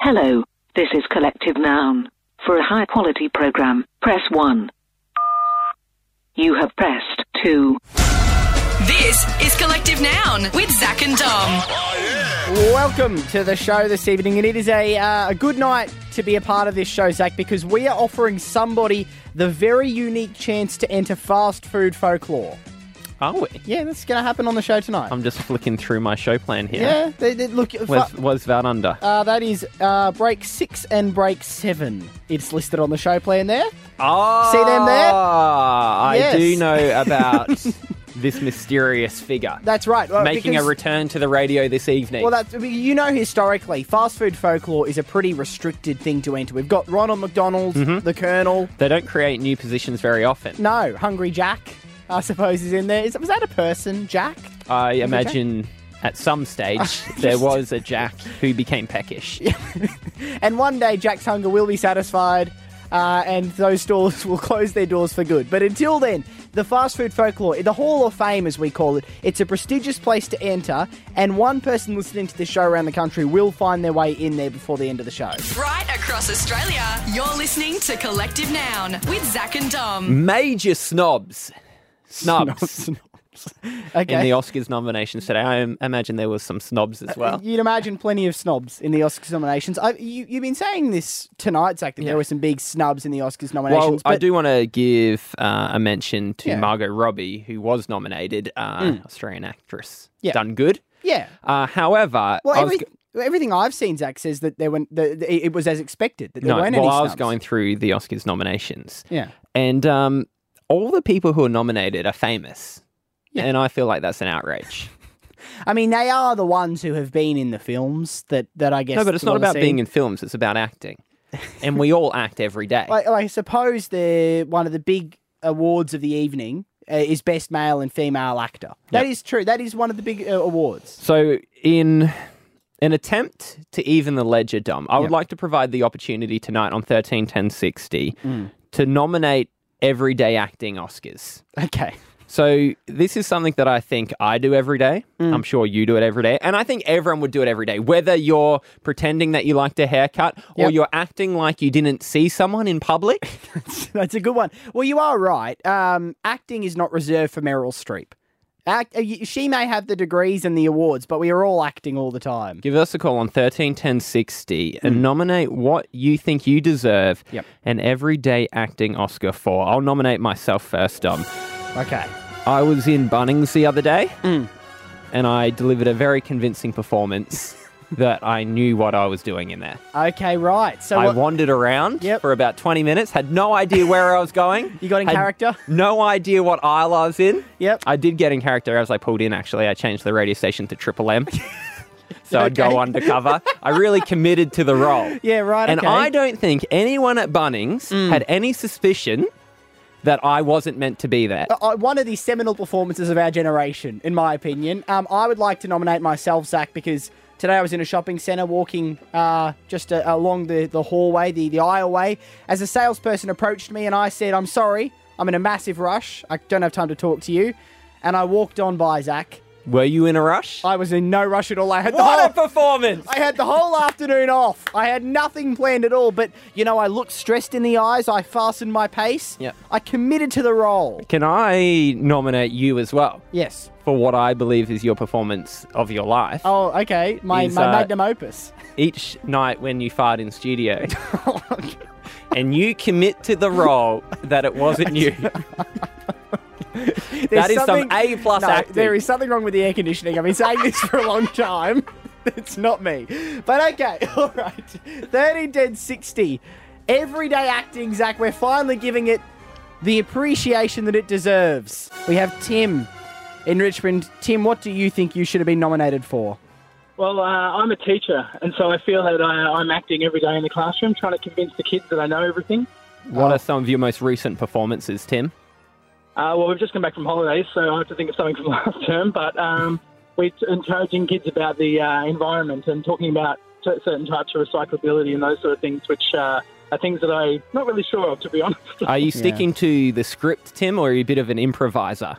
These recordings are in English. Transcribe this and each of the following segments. Hello, this is collective noun. For a high quality program, press 1. You have pressed 2. This is Collective Noun with Zach and Dom. Welcome to the show this evening, and it is a, uh, a good night to be a part of this show, Zach, because we are offering somebody the very unique chance to enter fast food folklore. Are we? Yeah, that's going to happen on the show tonight. I'm just flicking through my show plan here. yeah, they, they- look, uh, fu- Was was that under? uh, that is uh, break six and break seven. It's listed on the show plan there. Ah, see them there? I Yes. do know about this mysterious figure That's right. well, making because- a return to the radio this evening. Well, that's, I mean, you know, historically, fast food folklore is a pretty restricted thing to enter. We've got Ronald McDonald, Mm-hmm. the Colonel. they don't create new positions very often. No, Hungry Jack, I suppose, is in there. Is, was that a person, Jack? I imagine at some stage there was a Jack who became peckish. And one day, Jack's hunger will be satisfied, uh, and those stores will close their doors for good. But until then, the fast food folklore, the Hall of Fame, as we call it, it's a prestigious place to enter, and one person listening to this show around the country will find their way in there before the end of the show. Right across Australia, you're listening to Collective Noun with Zach and Dom. Major snobs. Snubs. Okay. Uh, In the Oscars nominations today, I im- imagine there was some snobs as well. You'd imagine plenty of snobs in the Oscars nominations. I, you, you've been saying this tonight, Zach, that there Yeah. were some big snubs in the Oscars Well, nominations. I but- do want to give uh, a mention to Yeah. Mm. Margot Robbie, who was nominated, uh, Australian actress. Yeah. Done good. Yeah. Uh, however, Well, I was every, go- everything I've seen, Zach says that there were, the, the- it was as expected. That there no, well, weren't any I was snubs. going through the Oscars nominations, Yeah. and um, all the people who are nominated are famous, Yeah. and I feel like that's an outrage. I mean, they are the ones who have been in the films that, that I guess. no, but it's you not wanna about see. being in films; it's about acting, and we all act every day. Like, like, I suppose the one of the big awards of the evening uh, is best male and female actor. That is true. That is one of the big uh, awards. So, in an attempt to even the ledger, Dom, I Yep. would like to provide the opportunity tonight on 131060 to nominate everyday acting Oscars. Okay. So, this is something that I think I do every day. I'm sure you do it every day. And I think everyone would do it every day, whether you're pretending that you liked a haircut or Yep. you're acting like you didn't see someone in public. That's a good one. Well, you are right. Um, acting is not reserved for Meryl Streep. Act, uh, y- she may have the degrees and the awards, but we are all acting all the time. Give us a call on 131060 and nominate what you think you deserve Yep. an everyday acting Oscar for. I'll nominate myself first, Dom. Okay. I was in Bunnings the other day and I delivered a very convincing performance that I knew what I was doing in there. Okay, right. So I what- wandered around Yep. for about 20 minutes, had no idea where I was going. You got in had character? No idea what aisle I was in. Yep. I did get in character as I pulled in, actually. I changed the radio station to Triple M. so I'd Okay. go undercover. I really committed to the role. yeah, right. And okay. Mm. I don't think anyone at Bunnings had any suspicion that I wasn't meant to be there. Uh, one of the seminal performances of our generation, in my opinion. Um, I would like to nominate myself, Zach, because today I was in a shopping centre walking uh, just uh, along the, the hallway, the, the aisleway, as a salesperson approached me and I said, I'm sorry, I'm in a massive rush. I don't have time to talk to you. And I walked on by, Zach. Were you in a rush? I was in no rush at all. I had the whole... What a performance! I had the whole afternoon off. I had nothing planned at all, but you know, I looked stressed in the eyes. I fastened my pace. Yep. I committed to the role. Can I nominate you as well Yes. for what I believe is your performance of your life? Oh, okay. My, Is, my uh, magnum opus. Each night when you fart in studio, and you commit to the role that it wasn't you. that is some A plus no, acting. There is something wrong with the air conditioning. I've been saying this for a long time. It's not me. But okay, all right. 30, 10, 60. Everyday acting, Zach. We're finally giving it the appreciation that it deserves. We have Tim in Richmond. Tim, what do you think you should have been nominated for? Well, uh, I'm a teacher, and so I feel that I, I'm acting every day in the classroom, trying to convince the kids that I know everything. What are some of your most recent performances, Tim? Uh, well, we've just come back from holidays, so I have to think of something from last term. But um, we're t- encouraging kids about the uh, environment and talking about t- certain types of recyclability and those sort of things, which uh, are things that I'm not really sure of, to be honest. Are you sticking to the script, Tim, or are you a bit of an improviser?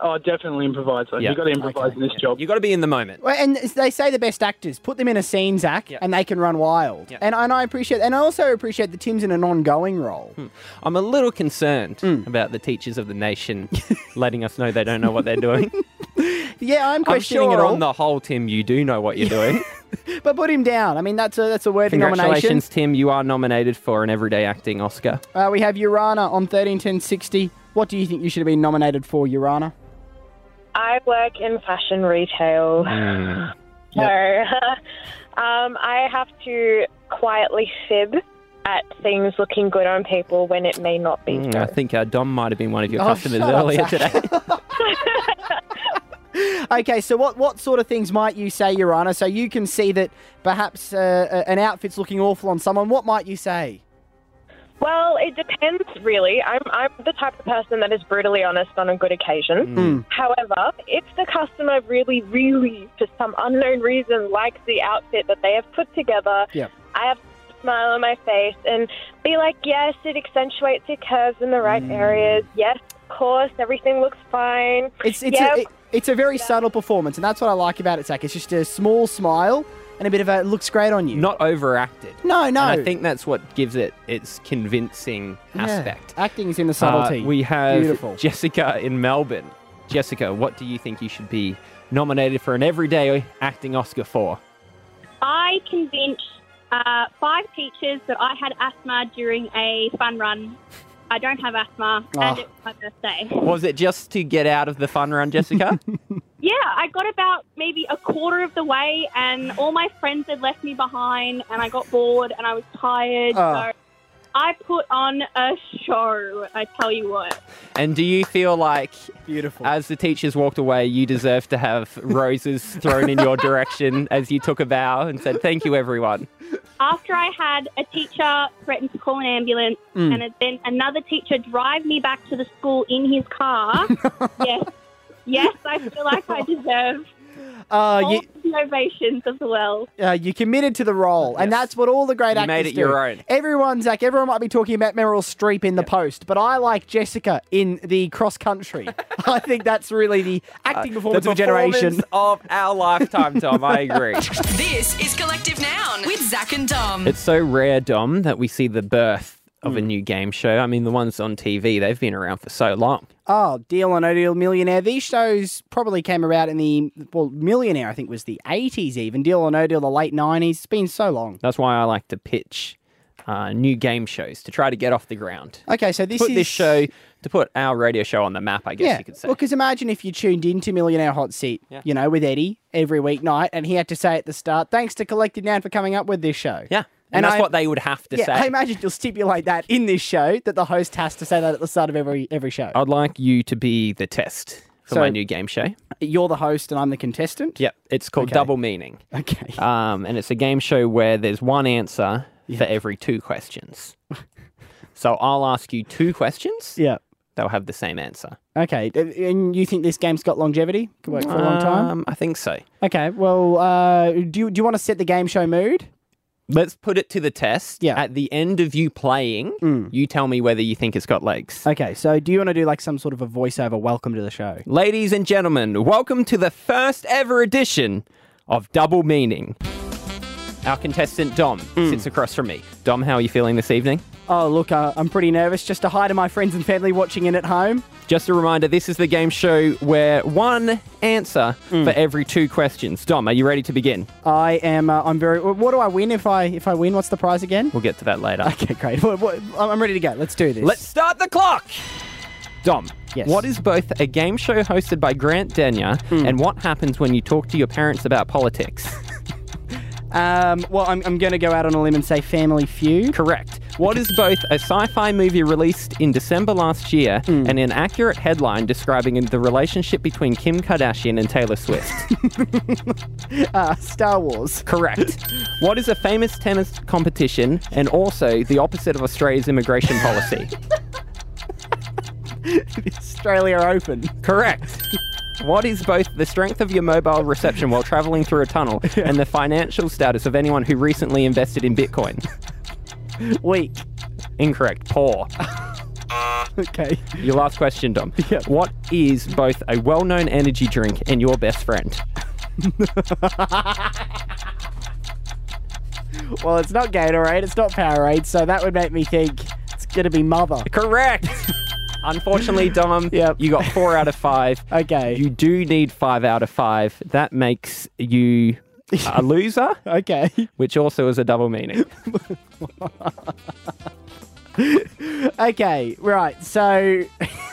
Oh, definitely improvise. though. Yeah. You've got to improvise in this job. You got to be in the moment. Well, and they say the best actors put them in a scene, Zach, Yeah. and they can run wild. Yeah. And and I appreciate, and I also appreciate that Tim's in an ongoing role. I'm a little concerned Hmm. about the teachers of the nation letting us know they don't know what they're doing. Yeah, I'm I'm questioning sure it all. on the whole, Tim, you do know what you're doing. But put him down. I mean, that's a that's a worthy nomination. Congratulations, Tim. You are nominated for an Everyday Acting Oscar. Uh, we have Urana on thirteen ten sixty. What do you think you should have been nominated for, Urana? I work in fashion retail, so um, I have to quietly fib at things looking good on people when it may not be. Mm, so. I think uh, Dom might have been one of your Hmm. Oh, customers shut up, Zach. earlier today. Okay, so what, what sort of things might you say, Urana? So you can see that perhaps uh, a- an outfit's looking awful on someone. What might you say? Well, it depends, really. I'm, I'm the type of person that is brutally honest on a good occasion. Hmm. However, if the customer really, really, for some unknown reason, likes the outfit that they have put together, Yep. I have to smile on my face and be like, yes, it accentuates your curves in the right Mm. areas. Yes, of course, everything looks fine. It's it's Yep. a, it- it's a very subtle performance, and that's what I like about it, Zach. It's just a small smile and a bit of a looks great on you. Not overacted. no, no. And I think that's what gives it its convincing aspect. Acting's in the Uh, subtlety. we have beautiful. Jessica in Melbourne. Jessica, what do you think you should be nominated for an Everyday Acting Oscar for? I convinced uh, five teachers that I had asthma during a fun run. I don't have asthma, and Ah. it was my birthday. Was it just to get out of the fun run, Jessica? Yeah, I got about maybe a quarter of the way, and all my friends had left me behind, and I got bored and I was tired. Ah. So I put on a show. I tell you what. and do you feel like, beautiful. as the teachers walked away, you deserve to have roses thrown in your direction as you took a bow and said, Thank you, everyone? After I had a teacher threaten to call an ambulance, Mm. and then another teacher drive me back to the school in his car. yes, yes, I feel like I deserve Uh, all you, the ovations of the world. uh, you committed to the role, and Yes. that's what all the great You actors made it do. your own. Everyone, Zach, everyone might be talking about Meryl Streep in the post, but I like Jessica in the cross country. I think that's really the Uh, acting performance the of the generation. performance of our lifetime, Tom. I agree. This is Collective Noun with Zach and Dom. It's so rare, Dom, that we see the birth of Hmm. a new game show. I mean, the ones on TV, they've been around for so long. Oh, Deal or No Deal Millionaire. These shows probably came about in the, well, Millionaire, I think, was the 80s even. Deal or No Deal, the late 90s. It's been so long. That's why I like to pitch uh, new game shows to try to get off the ground. Okay, so Uh, this put is. this show, to put our radio show on the map, I guess Yeah. you could say. Well, because imagine if you tuned into Millionaire Hot Seat, you know, with Eddie every weeknight, and he had to say at the start, thanks to Collective Noun for coming up with this show. yeah. And, And that's I- what they would have to Yeah, say. I imagine you'll stipulate that in this show that the host has to say that at the start of every every show. I'd like you to be the test for So- my new game show. You're the host and I'm the contestant. Yep. It's called Double Meaning. Okay. Um, and it's a game show where there's one answer for every two questions. so I'll ask you two questions. yeah. They'll have the same answer. Okay. And- And you think this game's got longevity? Could work for a long time. Um, I think so. Okay. Well, uh, do you, do you want to set the game show mood? Let's put it to the test. Yeah. Mm. At the end of you playing, you tell me whether you think it's got legs. Okay. So, do you want to do like some sort of a voiceover? Welcome to the show. Ladies and gentlemen, welcome to the first ever edition of Double Meaning. Our contestant Dom Mm. sits across from me. Dom, how are you feeling this evening? Oh, look, uh, I'm pretty nervous. Just a hi to my friends and family watching in at home. Just a reminder, this is the game show where one answer Mm. for every two questions. Dom, are you ready to begin? I am. Uh, I'm very. What do I win if I if I win? What's the prize again? We'll get to that later. Okay, great. What, what, I'm ready to go. Let's do this. Let's start the clock. Dom, Yes. what is both a game show hosted by Grant Denyer and what happens when you talk to your parents about politics? Um, well, I'm, I'm going to go out on a limb and say Family Feud. Correct. What is both a sci fi movie released in December last year and an accurate headline describing the relationship between Kim Kardashian and Taylor Swift? Uh, Star Wars. Correct. What is a famous tennis competition and also the opposite of Australia's immigration policy? Australia Open. Correct. What is both the strength of your mobile reception while traveling through a tunnel and the financial status of anyone who recently invested in Bitcoin? Week. Incorrect. Poor. Okay. Your last question, Dom. Yeah. What is both a well known energy drink and your best friend? Well, it's not Gatorade, it's not Powerade, so that would make me think it's going to be Mother. Correct. Unfortunately, Dom, Yep. you got four out of five. Okay. You do need five out of five. That makes you a loser, Okay. which also is a double meaning. Okay, right. So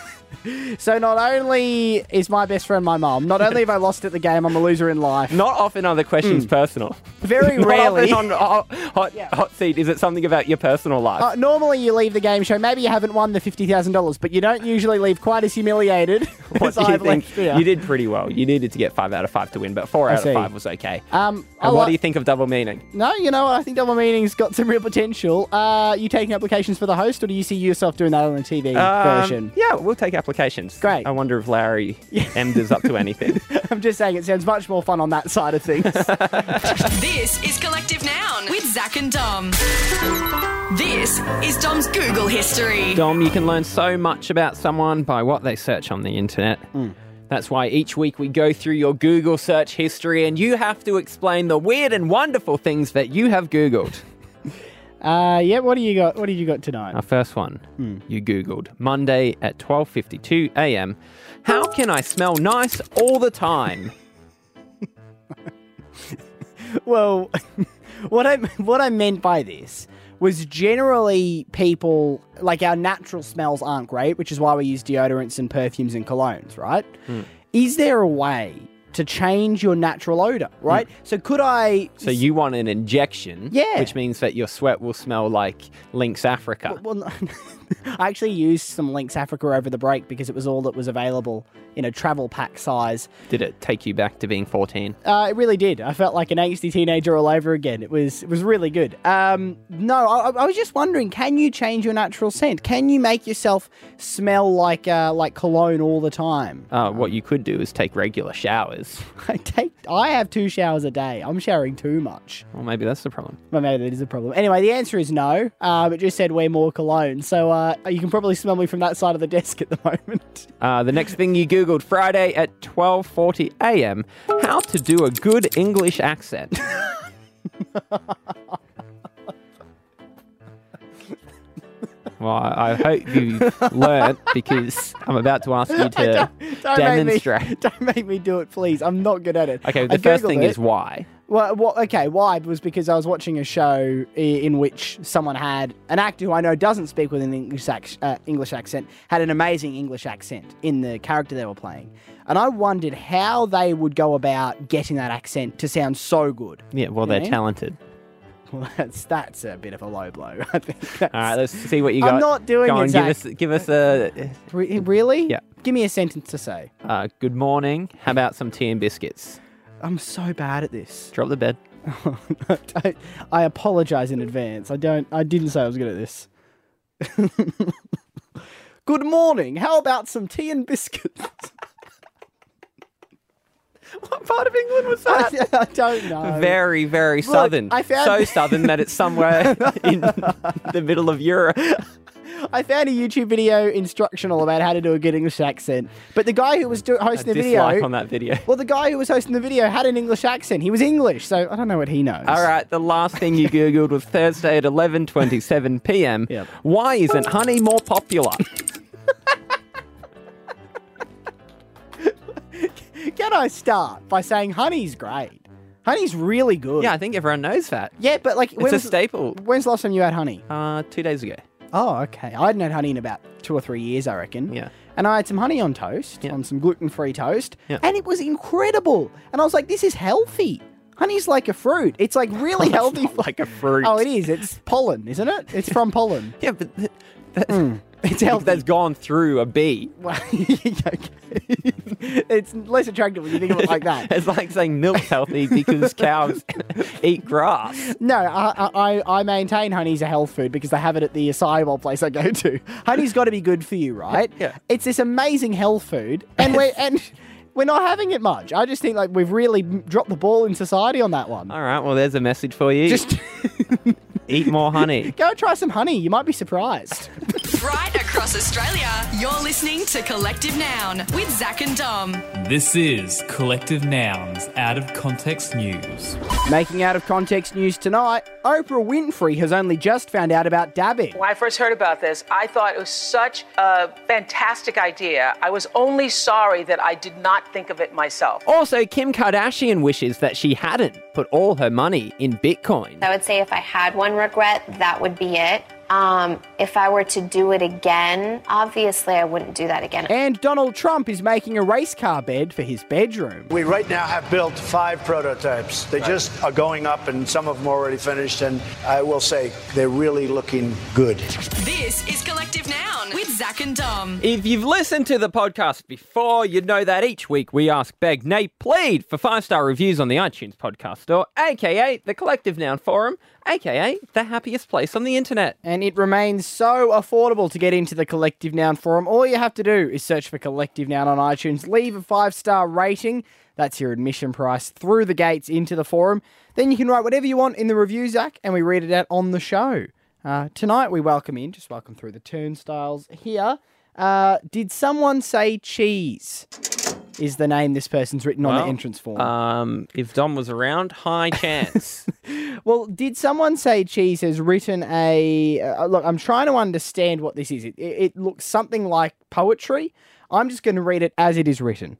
so not only is my best friend my mum, not only have I lost at the game, I'm a loser in life. Not often are the questions personal. Very Not rarely. often on hot, hot, hot seat is it something about your personal life. Uh, normally you leave the game show. Maybe you haven't won the fifty thousand dollars, but you don't usually leave quite as humiliated what as do you I've think? left here. You did pretty well. You needed to get five out of five to win, but four out see. of five was okay. Um, I and what like- do you think of double meaning? No, you know what? I think double meaning's got some real potential. Uh, you taking applications for the host, or do you see yourself doing that on a TV Um, version? Yeah, we'll take applications. Great. I wonder if Larry Emder's up to anything. I'm just saying it sounds much more fun on that side of things. This is Collective Noun with Zach and Dom. This is Dom's Google history. Dom, you can learn so much about someone by what they search on the internet. That's why each week we go through your Google search history and you have to explain the weird and wonderful things that you have Googled. uh, yeah. What do you got? What do you got tonight? Our first one, you Googled Monday at 12:52 a.m. How can I smell nice all the time? Well, what I what I meant by this was generally people like our natural smells aren't great, which is why we use deodorants and perfumes and colognes, right? Hmm. Is there a way to change your natural odor, right? So could I Hmm. So you want an injection, Yeah. which means that your sweat will smell like Lynx Africa. well, no, I actually used some Lynx Africa over the break because it was all that was available in a travel pack size. Did it take you back to being 14? Uh, it really did. I felt like an angsty teenager all over again. It was it was really good. Um, no, I, I was just wondering, can you change your natural scent? Can you make yourself smell like uh, like cologne all the time? Uh, what you could do is take regular showers. I take I have two showers a day. I'm showering too much. Well, maybe that's the problem. Well, maybe that is a problem. Anyway, the answer is no. Um, it just said wear more cologne, so uh, you can probably smell me from that side of the desk at the moment. Uh, the next thing you googled Friday at 12:40 a.m. How to do a good English accent. well, I I hope you learnt because I'm about to ask you to Make me, demonstrate. don't make me do it, please. I'm not good at it. Okay, I the first Googled thing it. is why. Well, well, okay, why? Was because I was watching a show i- in which someone had an actor who I know doesn't speak with an English, ac- uh, English accent had an amazing English accent in the character they were playing, and I wondered how they would go about getting that accent to sound so good. Yeah, well, they're Yeah. talented. Well, that's that's a bit of a low blow. I think. That's, All right, let's see what you I'm got. not doing Go it, on, give Zach. us, give us a Re- really? Yeah. Give me a sentence to say. uh, good morning. How about some tea and biscuits? I'm so bad at this. Drop the bed. I, I apologize in advance. I don't. I didn't say I was good at this. good morning. How about some tea and biscuits? What part of England was that? I, I don't know. very, very southern. Um, I found- so southern that it's somewhere in the middle of Europe. I found a YouTube video instructional about how to do a good English accent, but the guy who was do- hosting the Dislike video. on that video. Well, the guy who was hosting the video had an English accent. He was English, so I don't know what he knows. All right, the last thing you googled was Thursday at 11:27 p.m. Yep. Why isn't honey more popular? Can I start by saying honey's great? Honey's really good. yeah, I think everyone knows that. Yeah, but like, It's when a was, staple. when's the last time you had honey? Uh, two days ago. Oh, okay. I hadn't had honey in about two or three years, I reckon. Yeah. And I had some honey on toast, Yeah. on some gluten free toast, Yeah. and it was incredible. And I was like, this is healthy. Honey's like a fruit. It's like really healthy. not for- like a fruit. Oh, it is. It's pollen, isn't it? It's from pollen. Yeah, but th- that, It's healthy. that's gone through a bee. Well, okay. it's less attractive when you think of it like that. It's like saying milk's healthy because cows eat grass. No, I, I, I- I maintain honey's a health food because they have it at the acai bowl place I go to. Honey's got to be good for you, right? Yeah. It's this amazing health food, and we're and we're not having it much. I just think like we've really dropped the ball in society on that one. All right, well, there's a message for you. Just eat more honey. go try some honey. You might be surprised. Right across Australia. You're listening to Collective Noun with Zach and Dom. This is Collective Nouns Out of Context News. Making out of context news tonight, Oprah Winfrey has only just found out about dabbing. When I first heard about this, I thought it was such a fantastic idea. I was only sorry that I did not think of it myself. Also, Kim Kardashian wishes that she hadn't put all her money in Bitcoin. I would say if I had one regret, that would be it. Um, if I were to do it again, obviously I wouldn't do that again. And Donald Trump is making a race car bed for his bedroom. We right now have built five prototypes. They just are going up, and some of them are already finished. And I will say they're really looking good. This is Collective Noun with Zach and Dom. If you've listened to the podcast before, you'd know that each week we ask Beg Nate Plead for five star reviews on the iTunes podcast store, aka the Collective Noun Forum, aka the happiest place on the internet. And it remains so affordable to get into the Collective Noun forum. All you have to do is search for Collective Noun on iTunes, leave a five star rating. That's your admission price through the gates into the forum. Then you can write whatever you want in the review, Zach, and we read it out on the show. Uh, tonight we welcome in, just welcome through the turnstiles here. Uh, did someone say cheese? Is the name this person's written on the Well, entrance form? Um, if Dom was around, high chance. Well, did someone say cheese has written a uh, look? I'm trying to understand what this is. It, it, it looks something like poetry. I'm just going to read it as it is written.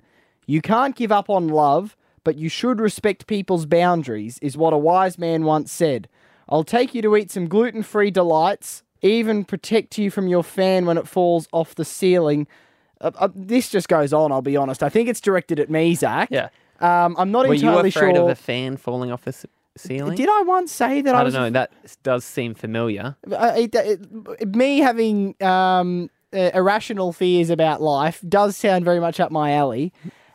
You can't give up on love, but you should respect people's boundaries, is what a wise man once said. I'll take you to eat some gluten free delights, even protect you from your fan when it falls off the ceiling. Uh, uh, this just goes on, I'll be honest. I think it's directed at me, Zach. Yeah. Um, I'm not Were you entirely afraid sure. of a fan falling off the c- ceiling? Did I once say that I, I was don't a know. That does seem familiar. Uh, it, it, it- me having um, uh, irrational fears about life does sound very much up my alley.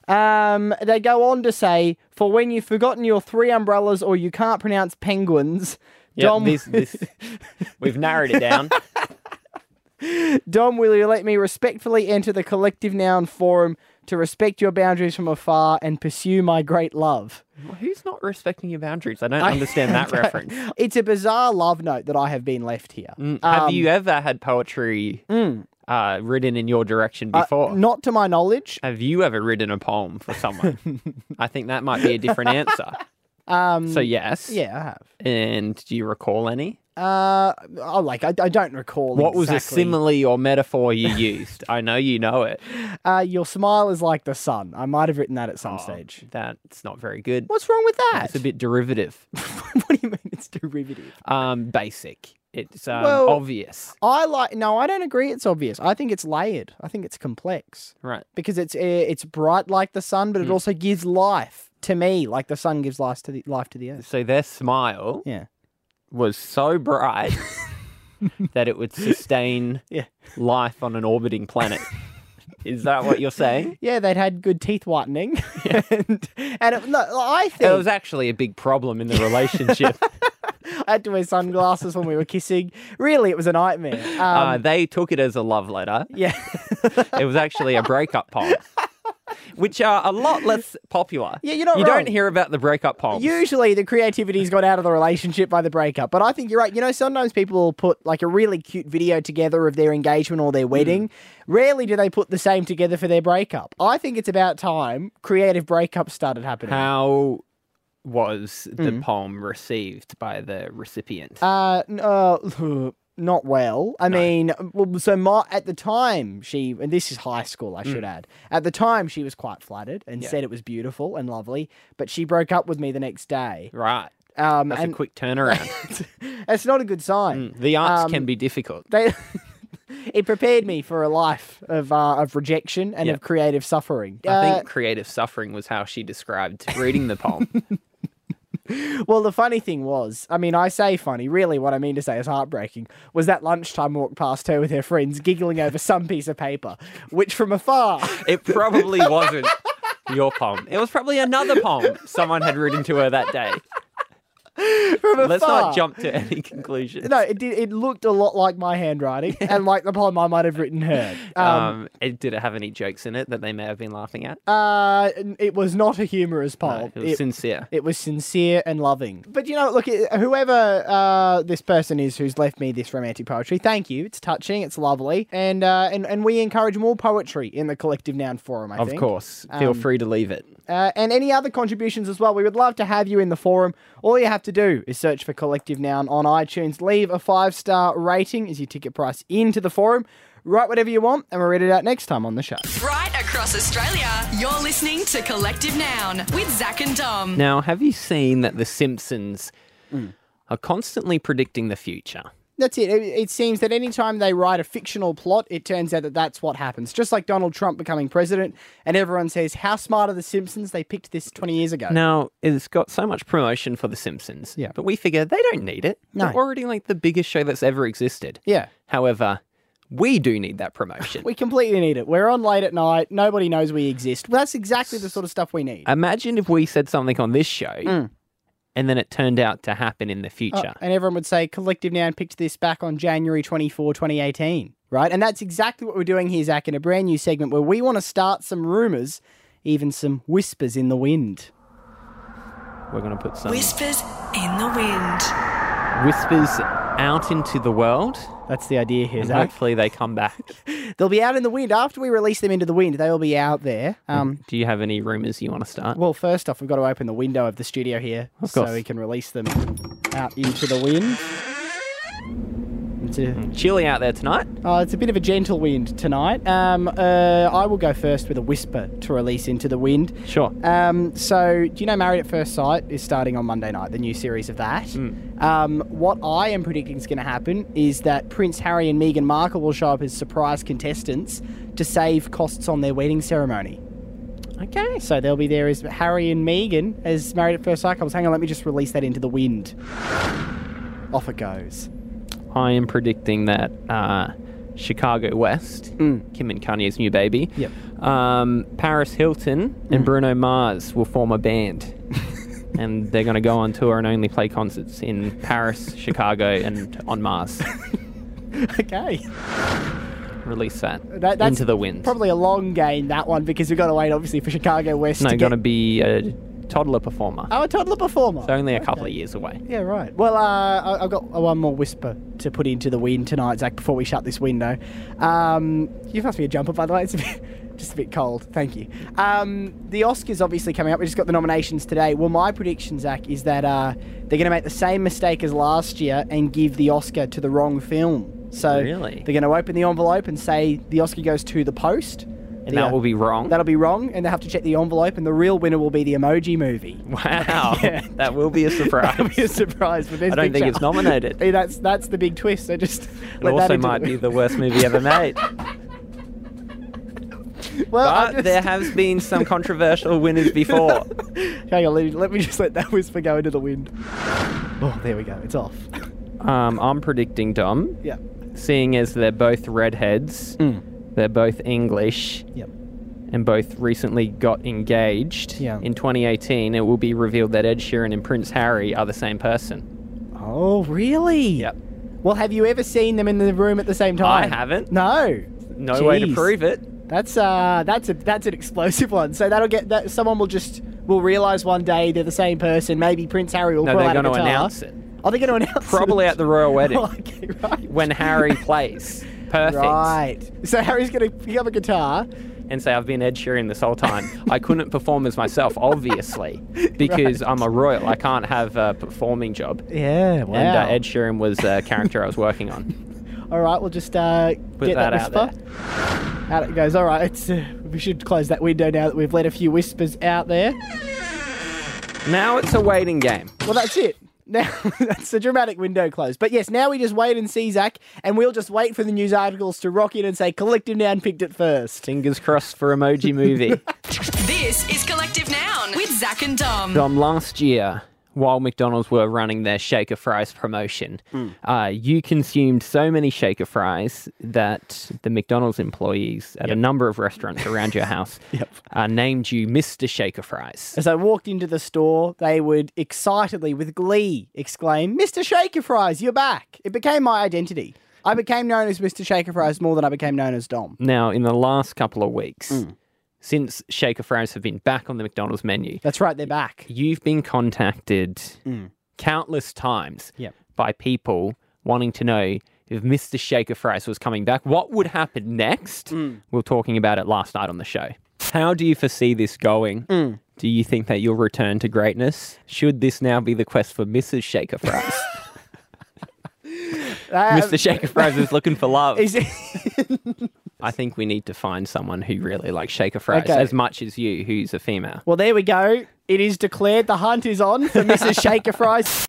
Um, they go on to say, for when you've forgotten your three umbrellas or you can't pronounce penguins, Yeah, Dom, this, this, we've narrowed it down. Dom, will you let me respectfully enter the collective noun forum to respect your boundaries from afar and pursue my great love? Who's not respecting your boundaries? I don't understand that reference. It's a bizarre love note that I have been left here. Mm, Have Um, mm. you ever had poetry uh, written in your direction uh, before? not to my knowledge. Have you ever written a poem for someone? I think that might be a different answer. Um, So yes. yeah, I have. And do you recall any? Uh, oh, like I, I don't recall. What was a exactly. simile or metaphor you used? I know you know it. Uh, your smile is like the sun. I might have written that at some stage. Oh, That's not very good. What's wrong with that? Ah. It's a bit derivative. what do you mean it's derivative? Um, basic. It's um, Well- obvious. I like. No, I don't agree. It's obvious. I think it's layered. I think it's complex Right. because it's uh, it's bright like the sun, Hmm. but it also gives life to me, like the sun gives life to the life to the earth. So their smile Yeah. was so bright that it would sustain Yeah. life on an orbiting planet. Is that what you're saying? Yeah, they'd had good teeth whitening, and, and it, no, I think It was actually a big problem in the relationship. I had to wear sunglasses when we were kissing. Really, it was a nightmare. Um, uh, they took it as a love letter. yeah. It was actually a breakup poem, which are a lot less popular. Yeah, you're not You wrong. don't hear about the breakup poems. Usually, the creativity's got out of the relationship by the breakup, but I think you're right. You know, sometimes people will put like a really cute video together of their engagement or their Mm. wedding. Rarely do they put the same together for their breakup. I think it's about time creative breakups started happening. How was the poem received by the recipient? Mm. Uh, n- uh, not well. I mean, well, so my, at the time she, and this is high school, I Mm. should add. At the time, she was quite flattered and said it was beautiful and lovely, but she broke up with me the next day. right. Um, That's and a Mm, quick turnaround. Hmm. it's not a good sign. the arts Um, can be difficult. they it prepared me for a life of uh, of rejection and of Yep. creative suffering. I Uh, think creative suffering was how she described reading the poem. Uh, well, the funny thing was, I mean, I say funny. Really, what I mean to say is heartbreaking. Was that lunchtime walk past her with her friends, giggling over some piece of paper, which from afar. it probably wasn't your poem. It was probably another poem someone had written to her that day. From Let's afar. not jump to any conclusions. No, it did. It looked a lot like my handwriting and like the poem I might have written her. Um, Um, it, did it have any jokes in it that they may have been laughing at? uh, it was not a humorous poem. It was sincere. It was sincere and loving. But you know, look, it- whoever uh, this person is who's left me this romantic poetry, thank you. It's touching. It's lovely, and uh, and and we encourage more poetry in the collective noun forum. I of think. course. Feel Um, free to leave it. Uh, and any other contributions as well. We would love to have you in the forum. All you have to do is search for Collective Noun on iTunes. Leave a five star rating as your ticket price into the forum. Write whatever you want, and we'll read it out next time on the show. Right across Australia, you're listening to Collective Noun with Zach and Dom. Now, have you seen that The Simpsons Mm. are constantly predicting the future? That's it. it. It seems that anytime they write a fictional plot, it turns out that that's what happens. Just like Donald Trump becoming president, and everyone says, How smart are the Simpsons? They picked this 20 years ago. Now, it's got so much promotion for The Simpsons, yeah. but we figure they don't need it. They're already like the biggest show that's ever existed. Yeah. However, we do need that promotion. We completely need it. We're on late at night. Nobody knows we exist. Well, that's exactly the sort of stuff we need. Imagine if we said something on this show Mm. and then it turned out to happen in the Oh, future. and everyone would say Collective Noun picked this back on January 24, 2018, right? And that's exactly what we're doing here, Zach, in a brand new segment where we want to start some rumours, even some whispers in the wind. We're going to put some Whispers in the wind. whispers out into the world. That's the idea here, and Zach. Hopefully, they come back. They'll be out in the wind. After we release them into the wind, they will be out there. Mm. Um, do you have any rumors you want to start? well, first off, we've got to open the window of the studio here Of so course. we can release them out into the wind. It's a- Chilly out there tonight. Uh, it's a bit of a gentle wind tonight. Um, uh, I will go first with a whisper to release into the wind. Sure. Um, so, do you know Married at First Sight is starting on Monday night, the new series of that? Hmm. Um, what I am predicting is going to happen is that Prince Harry and Meghan Markle will show up as surprise contestants to save costs on their wedding ceremony. Okay. So they'll be there as Harry and Meghan as Married at First Sight couples. Hang on, let me just release that into the wind. Off it goes. I am predicting that uh, Chicago West, Kim and Kanye's new baby, Mm. Yep. Mm. um, Paris Hilton and Bruno Mars will form a band. and they're going to go on tour and only play concerts in Paris, Chicago, and on Mars. Okay. Release that, That- that's into the wind. Probably a long game that one because we've got to wait obviously for Chicago West. no, to going to get... be a toddler performer. Oh, a toddler performer. It's only a couple of years away. Yeah, right. Well, uh, I- I've got uh, one more whisper to put into the wind tonight, Zach. Before we shut this window, um, you passed me a jumper, by the way. It's a bit, just a bit cold. Thank you. Um, the Oscars obviously coming up. We just got the nominations today. Well, my prediction, Zach, is that uh, they're going to make the same mistake as last year and give the Oscar to the wrong film. So Really? they're going to open the envelope and say the Oscar goes to the uh, post. And that will be wrong. That'll be wrong, and they'll have to check the envelope, and the real winner will be the emoji movie. Wow. That will be a That'll surprise. be a surprise, but I there's don't think picture. it's nominated. Hey, that's that's the big twist. So just It let that also into might be the worst movie ever made. Well, I but there has been some controversial winners before. Hang on, let me, let me just let that whisper go into the wind. Oh, there we go. It's off. Um, I'm predicting Dom, Yeah. seeing as they're both redheads, Mm. they're both English, Yep. and both recently got engaged. Yeah. In 2018, it will be revealed that Ed Sheeran and Prince Harry are the same person. Oh, really? Yep. Well, have you ever seen them in the room at the same I time? haven't. No. No way to Jeez. prove it. That's uh, that's a that's an explosive one. So that'll get that someone will just will realize one day they're the same person. Maybe Prince Harry will. No, pull they're out a going to guitar. announce it. Are they going to announce? Probably it? at the royal wedding okay, right. when Harry plays. Perfect. Right. So Harry's going to pick up a guitar. and say I've been Ed Sheeran this whole time. I couldn't perform as myself, obviously, because I'm a royal. I can't have a performing job. Yeah. And uh, Ed Sheeran was a character I was working on. All right, we'll just uh, Put get that, that out whisper. Out, it goes. All right, it's, uh, we should close that window now that we've let a few whispers out there. Now it's a waiting game. Well, that's it. Now that's a dramatic window close. But yes, now we just wait and see, Zach, and we'll just wait for the news articles to rock in and say collective noun picked it first. Fingers crossed for Emoji Movie. This is Collective Noun with Zach and Dom. Dom, last year while McDonald's were running their shaker fries promotion, uh, you consumed so many shaker fries that the McDonald's employees at a number of restaurants around your house uh, named you Mr. Shaker Fries. As I walked into the store, they would excitedly, with glee, exclaim, Mr. Shaker Fries, you're back. It became my identity. I became known as Mr. Shaker Fries more than I became known as Dom. Now, in the last couple of weeks, since shaker fries have been back on the McDonald's menu, That's right, they're back. you've been contacted countless times Mm. Yep. by people wanting to know if Mr. Shaker Fries was coming back, what would happen next? Mm. We were talking about it last night on the show. How do you foresee this going? Mm. Do you think that you'll return to greatness? Should this now be the quest for Mrs. Shaker Fries? Uh, Mr. Shaker Fries is looking for love. Is it- I think we need to find someone who really likes Shaker Fries Okay. as much as you, who's a female. well, there we go. It is declared the hunt is on for Mrs. Shaker Fries.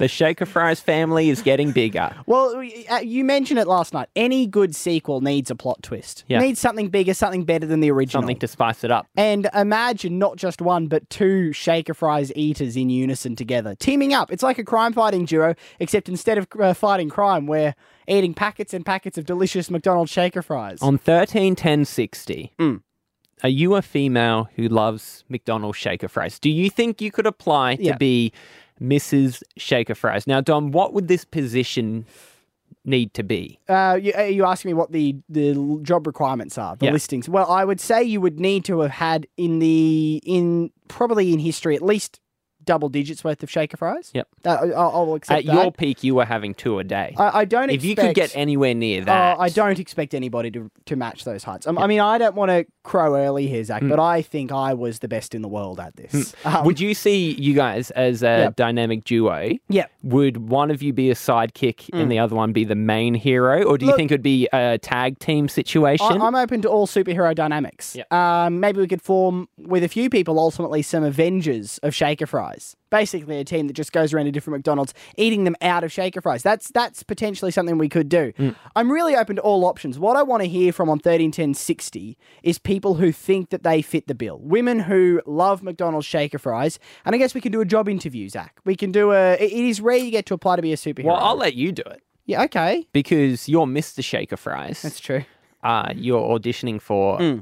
The Shaker Fries family is getting bigger. Well, we- uh, you mentioned it last night. Any good sequel needs a plot twist. Yeah. Needs something bigger, something better than the original. Something to spice it up. And imagine not just one, but two shaker fries eaters in unison together, teaming up. It's like a crime fighting duo, except instead of uh, fighting crime, we're eating packets and packets of delicious McDonald's shaker fries. On thirteen ten sixty, Mm. are you a female who loves McDonald's shaker fries? Do you think you could apply to Yeah. be Mrs. Shaker Fries? Now, Dom, what would this position need to be? Uh, you, uh, you asking me what the, the l- job requirements are, the Yeah. listings. Well, I would say you would need to have had in the in probably in history at least double digits worth of shaker fries. Yep. Uh, I- I'll, I'll accept At that. your peak, you were having two a day. I, I don't. if you expect- could get anywhere near Oh, that, I don't expect anybody to, to match those heights. Um, I mean, I don't want to crow early here, Zach, but I think I was the best in the world at this. Um, Would you see you guys as a Yep. dynamic duo? yeah. Would one of you be a sidekick and the other one be the main hero, or do Mm. you Look- think it would be a tag team situation? I, I'm open to all superhero dynamics. Yep. Um, maybe we could form, with a few people, ultimately some Avengers of Shaker Fries. Basically, a team that just goes around to different McDonald's eating them out of Shaker Fries. That's that's potentially something we could do. Mm. I'm really open to all options. What I want to hear from on 131060 is people who think that they fit the bill. Women who love McDonald's Shaker Fries. And I guess we can do a job interview, Zach. We can do a. It it is rare you get to apply to be a superhero. well, I'll let you do it yeah, okay. because you're Mr. Shaker Fries. That's true. Hmm. uh, you're auditioning for uh,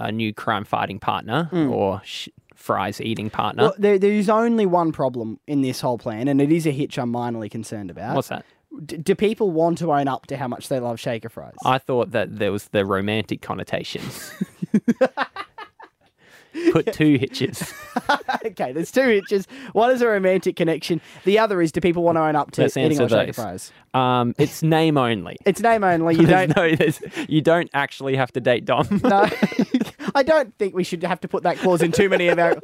a new crime fighting partner or sh- fries eating partner. Well, there, there's only one problem in this whole plan, and it is a hitch I'm minorly concerned about. What's that? D- do people want to own up to how much they love shaker fries? I thought that there was the romantic connotations. Put two hitches. okay, there's two hitches. One is a romantic connection. The other is do people want to own up to Let's eating answer all shaker fries? those. Um, it's name only. It's name only. You There's don't. no, there's, you don't actually have to date Dom. no, I don't think we should have to put that clause in too many of our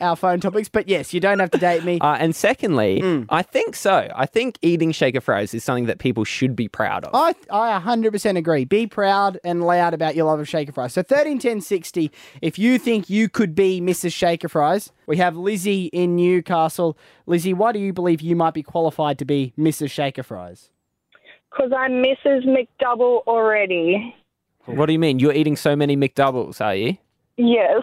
our phone topics. But yes, you don't have to date me. Uh, and secondly, Hmm. I think so. I think eating shaker fries is something that people should be proud of. I I 100% agree. Be proud and loud about your love of shaker fries. So 13 10 60, if you think you could be Mrs. Shaker Fries, we have Lizzie in Newcastle. Lizzie, why do you believe you might be qualified to be Mrs. Shaker Fries? Because I'm Mrs. McDouble already. Oh. What do you mean? You're eating so many McDoubles, are you? Yes.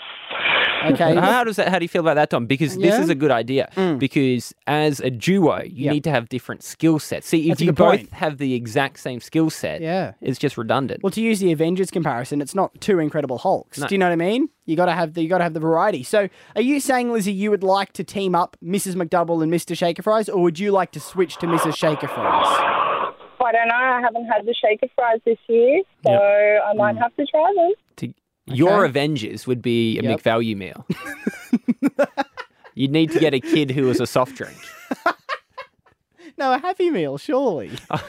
Okay. How does that? How do you feel about that, Tom? Because this Yeah. Mm. is a good idea. Because as a duo, you Yeah. need to have different skill sets. See, if That's a you good both point. have the exact same skill set, Yeah. it's just redundant. Well, to use the Avengers comparison, it's not two Incredible Hulks. Do you know what I mean? You gotta have the you gotta have the variety. So, are you saying, Lizzie, you would like to team up Mrs. McDouble and Mr. Shaker Fries, or would you like to switch to Mrs. Shaker Fries? I don't know. I haven't had the shaker fries this year, so I might have to try them. To- Your Okay. Avengers would be a Yep. McValue meal. You'd need to get a kid who was a soft drink. No, a Happy Meal, surely. Um,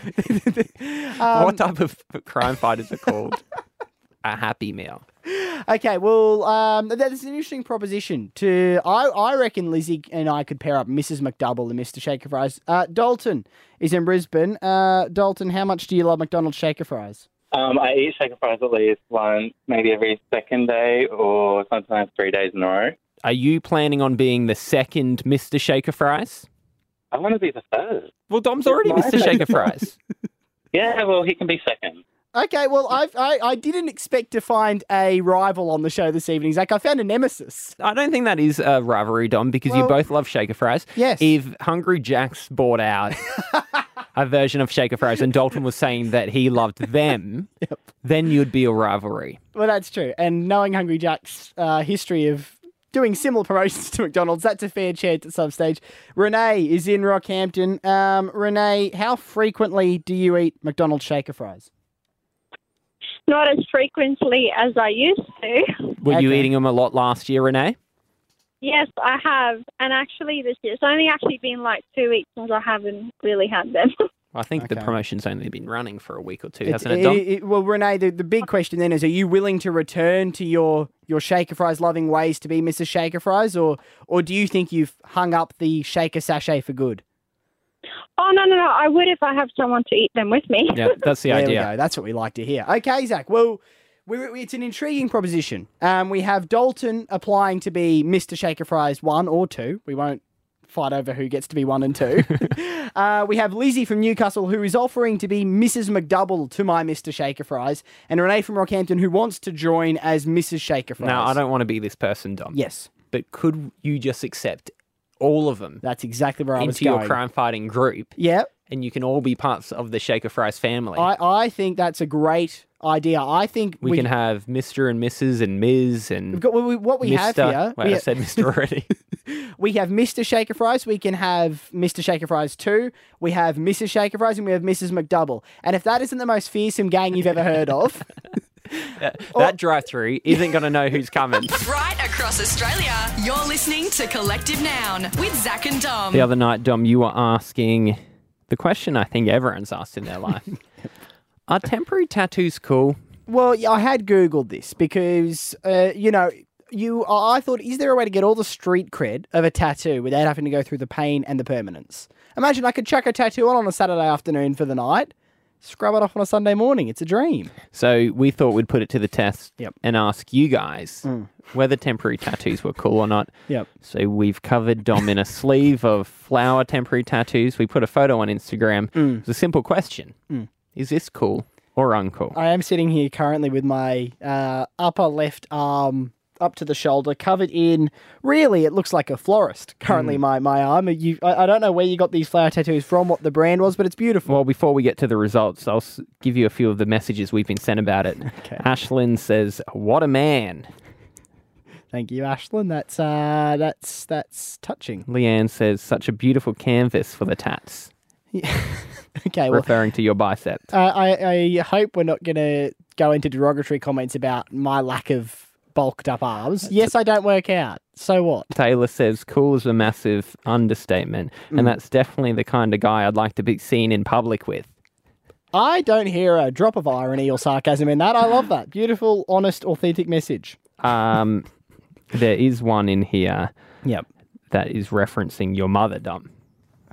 what type of crime fighters are called? a happy meal. Okay, well, um, th- that's an interesting proposition. To I, I reckon Lizzie and I could pair up Mrs. McDouble and Mr. Shaker Fries. Uh, Dalton is in Brisbane. Uh, Dalton, how much do you love McDonald's Shaker Fries? Um, I eat shaker fries at least once, maybe every second day or sometimes three days in a row. Are you planning on being the second Mr. Shaker Fries? I want to be the first. Well, Dom's already my Mr. Shaker Fries. Yeah, well, he can be second. Okay, well, I've, I I didn't expect to find a rival on the show this evening, Zach. I found a nemesis. I don't think that is a rivalry, Dom, because you Well- both love shaker fries. Yes. If Hungry Jack's bought out a version of shaker fries and Dalton was saying that he loved them, then you'd be a rivalry. Well, that's true. And knowing Hungry Jack's uh, history of doing similar promotions to McDonald's, that's a fair chance at some stage. Renee is in Rockhampton. Um, Renee, how frequently do you eat McDonald's shaker fries? Not as frequently as I used to. Were you eating them a lot last year, Renee? Yes, I have. And actually, this year, it's only actually been like two weeks since I haven't really had them. I think the promotion's only been running for a week or two, It's- hasn't it, Dom? it- it- well, Renee, the, the big question then is: Are you willing to return to your your shaker fries loving ways to be Mrs. Shaker Fries, or or do you think you've hung up the shaker sachet for good? Oh, no, no, no. I would if I have someone to eat them with me. There we go. That's what we like to hear. Okay, Zach. Well, we, we- it's an intriguing proposition. Um, we have Dalton applying to be Mr. Shaker Fries one or two. We won't fight over who gets to be one and two. uh, we have Lizzie from Newcastle who is offering to be Mrs. McDouble to my Mr. Shaker Fries, and Renee from Rockhampton who wants to join as Mrs. Shaker Fries. Now, I don't want to be this person, Dom. Yes. But could you just accept all of them? That's exactly where I into was your going. crime fighting group. Yeah. And you can all be parts of the Shaker Fries family. I, I think that's a great idea. I think we, can have Mr. and Mrs. and Ms. and We've got well, we, what we Mr. have here. Wait, we I ha- said Mr. already. We have Mr. Shaker Fries. We can have Mr. Shaker Fries 2. We have Mrs. Shaker Fries and we have Mrs. McDouble. And if that isn't the most fearsome gang you've ever heard of, that drive-through isn't going to know who's coming. Right across Australia, you're listening to Collective Noun with Zach and Dom. the other night, Dom, you were asking the question I think everyone's asked in their life. Are temporary tattoos cool? well, yeah, I had Googled this because, uh, you know, you. I I thought, is there a way to get all the street cred of a tattoo without having to go through the pain and the permanence? Imagine I could chuck a tattoo on on a Saturday afternoon for the night, scrub it off on a Sunday morning. It's a dream. So we thought we'd put it to the test Yep. Mm. and ask you guys whether temporary tattoos were cool or not. Yep. So we've covered Dom in a sleeve of flower temporary tattoos. We put a photo on Instagram. Mm. It's a simple question. Mm. Is this cool or uncool? I am sitting here currently with my uh, upper left arm up to the shoulder, covered in really, it looks like a florist. Currently, my my arm. You, I, I don't know where you got these flower tattoos from, what the brand was, but it's beautiful. Well, before we get to the results, I'll s- give you a few of the messages we've been sent about it. Ashlyn says, What a man. Thank you, Ashlyn. That's uh, that's that's touching. Leanne says, Such a beautiful canvas for the tats, Okay, well, referring to your bicep. uh, I I hope we're not gonna go into derogatory comments about my lack of bulked up arms. Yes, I don't work out. So what? Taylor says, cool is a massive understatement. Mm. And that's definitely the kind of guy I'd like to be seen in public with. I don't hear a drop of irony or sarcasm in that. I love that. Beautiful, honest, authentic message. Um, there is one in here yep. that is referencing your mother, Dom.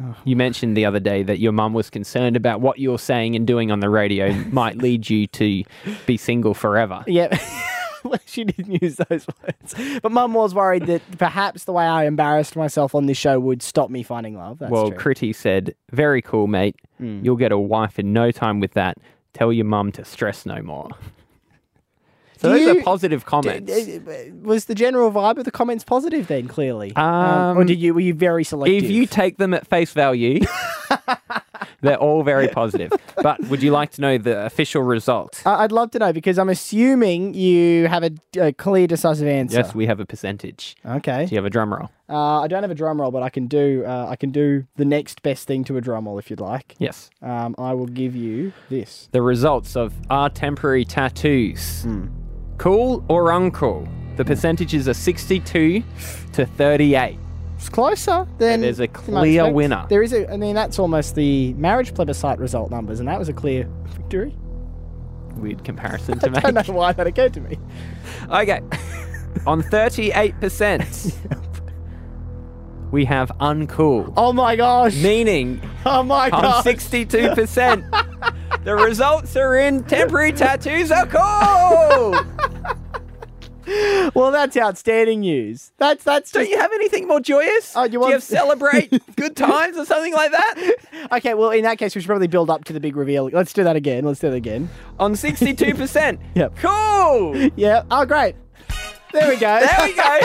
Oh. You mentioned the other day that your mum was concerned about what you're saying and doing on the radio might lead you to be single forever. Yeah. Well, she didn't use those words. But mum was worried that perhaps the way I embarrassed myself on this show would stop me finding love. That's well, true. Critty said, very cool, mate. Mm. You'll get a wife in no time with that. Tell your mum to stress no more. Do So those you- are positive D- comments. d- d- uh, was the general vibe of the comments positive then, clearly? or Um, did you were you very selective? If you take them at face value, they're all very positive. But would you like to know the official result? I- I'd love to know because I'm assuming you have a, a clear, decisive answer. Yes, we have a percentage. Okay. Do you have a drum roll? Uh, I don't have a drum roll, but I can do uh, I can do the next best thing to a drum roll if you'd like. Yes. Um, I will give you this. The results of our temporary tattoos. Hmm. Cool or uncool? The percentages are 62 to 38. It's closer than there's a than I clear expect. winner. There is a. I mean, that's almost the marriage plebiscite result numbers, and that was a clear victory. Weird comparison I to make. don't know why that occurred to me. Okay. On 38%, we have uncool. Oh my gosh. Meaning, Oh my I'm gosh. 62%. the results are in temporary tattoos are cool. well, that's outstanding news. That's that's. Don't you have anything more joyous? Oh, you want you have celebrate good times or something like that? Okay, well, in that case, we should probably build up to the big reveal. Let's do that again. Let's do that again. On sixty-two percent. Yep. Cool. Yeah. Oh, great. There we go. There we go.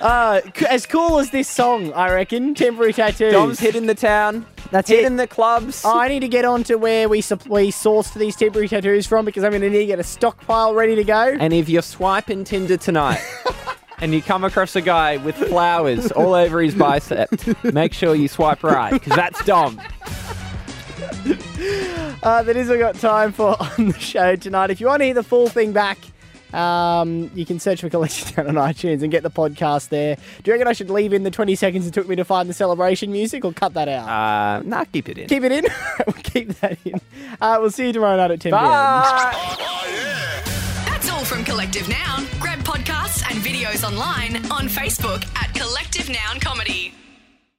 uh, c- as cool as this song, I reckon. Temporary tattoos. Dom's hid in the town. That's hid it. in the clubs. Oh, I need to get on to where we sup- we sourced these temporary tattoos from because I'm going to need to get a stockpile ready to go. And if you're swiping Tinder tonight and you come across a guy with flowers all over his bicep, make sure you swipe right because that's Dom. Uh, that is all got time for on the show tonight. If you want to hear the full thing back, um, you can search for Collection Down on iTunes and get the podcast there. Do you reckon I should leave in the 20 seconds it took me to find the celebration music or cut that out? Uh, nah, keep it in. Keep it in. we'll keep that in. Uh, we'll see you tomorrow night at 10 p.m. That's all from Collective Noun. Grab podcasts and videos online on Facebook at Collective Noun Comedy.